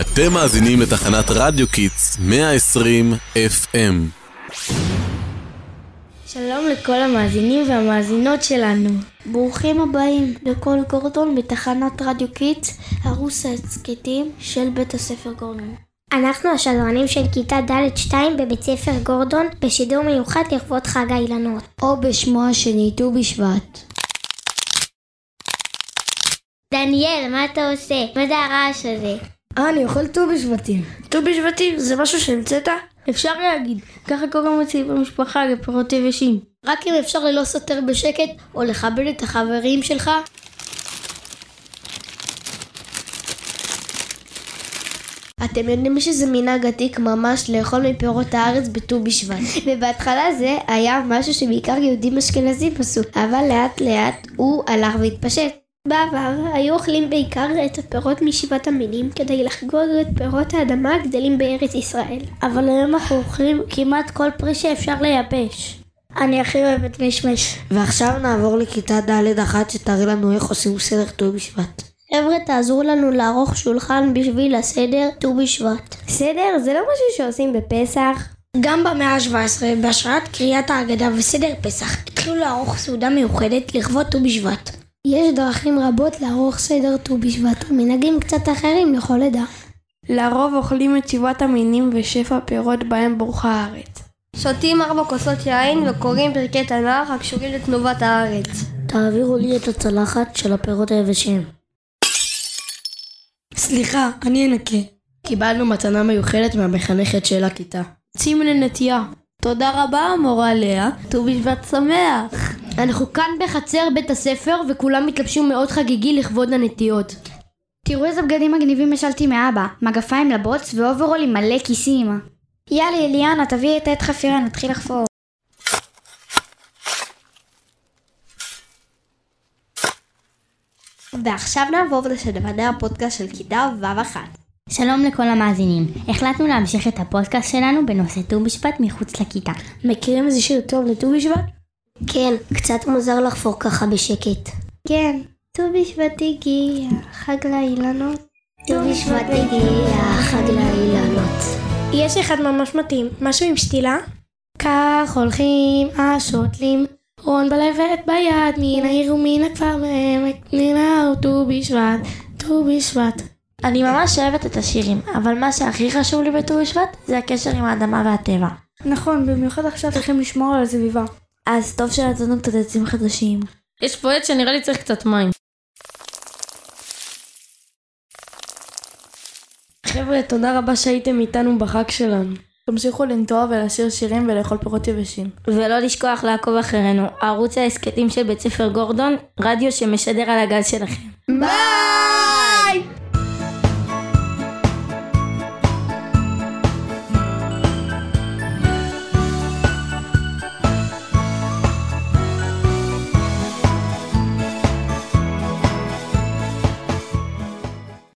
אתם מאזינים לתחנת רדיו קיטס 120 FM. שלום לכל המאזינים והמאזינות שלנו. ברוכים הבאים לקול גורדון בתחנת רדיו קיטס, ערוס ההסכתים של בית הספר גורדון. אנחנו השדרנים של כיתה ד'2 בבית ספר גורדון, בשידור מיוחד לכבוד חג האילנות. או בשמו השני, ט"ו בשבט. דניאל, מה אתה עושה? מה זה הרעש הזה? אה, אני אוכל ט"ו בשבטים. ט"ו בשבטים זה משהו שהמצאת? אפשר להגיד, ככה קוראים אצלי במשפחה לפירות יבשים. רק אם אפשר ללא סותר בשקט, או לכבד את החברים שלך. אתם יודעים שזה מנהג עתיק ממש לאכול מפירות הארץ בט"ו בשבט. ובהתחלה זה היה משהו שבעיקר יהודים אשכנזים עשו, אבל לאט לאט הוא הלך והתפשט. בעבר היו אוכלים בעיקר את הפירות משבעת המינים כדי לחגוג את פירות האדמה הגדלים בארץ ישראל. אבל היום אנחנו אוכלים כמעט כל פרי שאפשר לייבש. אני הכי אוהבת משמש. ועכשיו נעבור לכיתה ד' אחת שתראה לנו איך עושים סדר ט"ו בשבט. חבר'ה, תעזרו לנו לערוך שולחן בשביל הסדר ט"ו בשבט. סדר זה לא משהו שעושים בפסח. גם במאה ה-17, בהשראת קריאת ההגדה וסדר פסח, התחילו לערוך סעודה מיוחדת לכבוד ט"ו בשבט. יש דרכים רבות לערוך סדר ט"ו בשבט ומנהגים קצת אחרים לכל עדה. לרוב אוכלים את שבעת המינים ושפע פירות בהם בורחה הארץ. שותים ארבע כוסות יין וקוראים פרקי תנ"ך הקשורים לתנובת הארץ. תעבירו לי את הצלחת של הפירות היבשים. סליחה, אני אנקה. קיבלנו מתנה מיוחדת מהמחנכת של הכיתה. צים לנטייה. תודה רבה, המורה לאה. ט"ו בשבט שמח. אנחנו כאן בחצר בית הספר, וכולם התלבשו מאוד חגיגי לכבוד הנטיעות. תראו איזה בגדים מגניבים השלתי מאבא, מגפיים לבוץ ואוברול מלא כיסים. יאללה, אליאנה, תביאי את עט חפירה, נתחיל לחפור. ועכשיו נעבור לשדמני הפודקאסט של כיתה ו' אחת. שלום לכל המאזינים, החלטנו להמשיך את הפודקאסט שלנו בנושא ט"ו בשבט מחוץ לכיתה. מכירים איזה שיר טוב לט"ו בשבט? כן, קצת מוזר לחפור ככה בשקט. כן, ט"ו בשבט הגיע, חג לאילנות. ט"ו בשבט הגיע, חג לאילנות. יש אחד ממש מתאים, משהו עם שתילה? כך הולכים השוטלים, רון בלבת ביד, מן העיר ומן הכפר והעמק, מן ההר ט"ו בשבט, ט"ו בשבט. אני ממש אוהבת את השירים, אבל מה שהכי חשוב לי בט"ו בשבט זה הקשר עם האדמה והטבע. נכון, במיוחד עכשיו צריכים לשמור על הסביבה. אז טוב שנתנו קצת עצים חדשים. יש פה עץ שנראה לי צריך קצת מים. חבר'ה, תודה רבה שהייתם איתנו בחג שלנו. תמשיכו לנטוע ולשיר שירים ולאכול פירות יבשים. ולא לשכוח לעקוב אחרינו, ערוץ ההסכתים של בית ספר גורדון, רדיו שמשדר על הגז שלכם. ביי!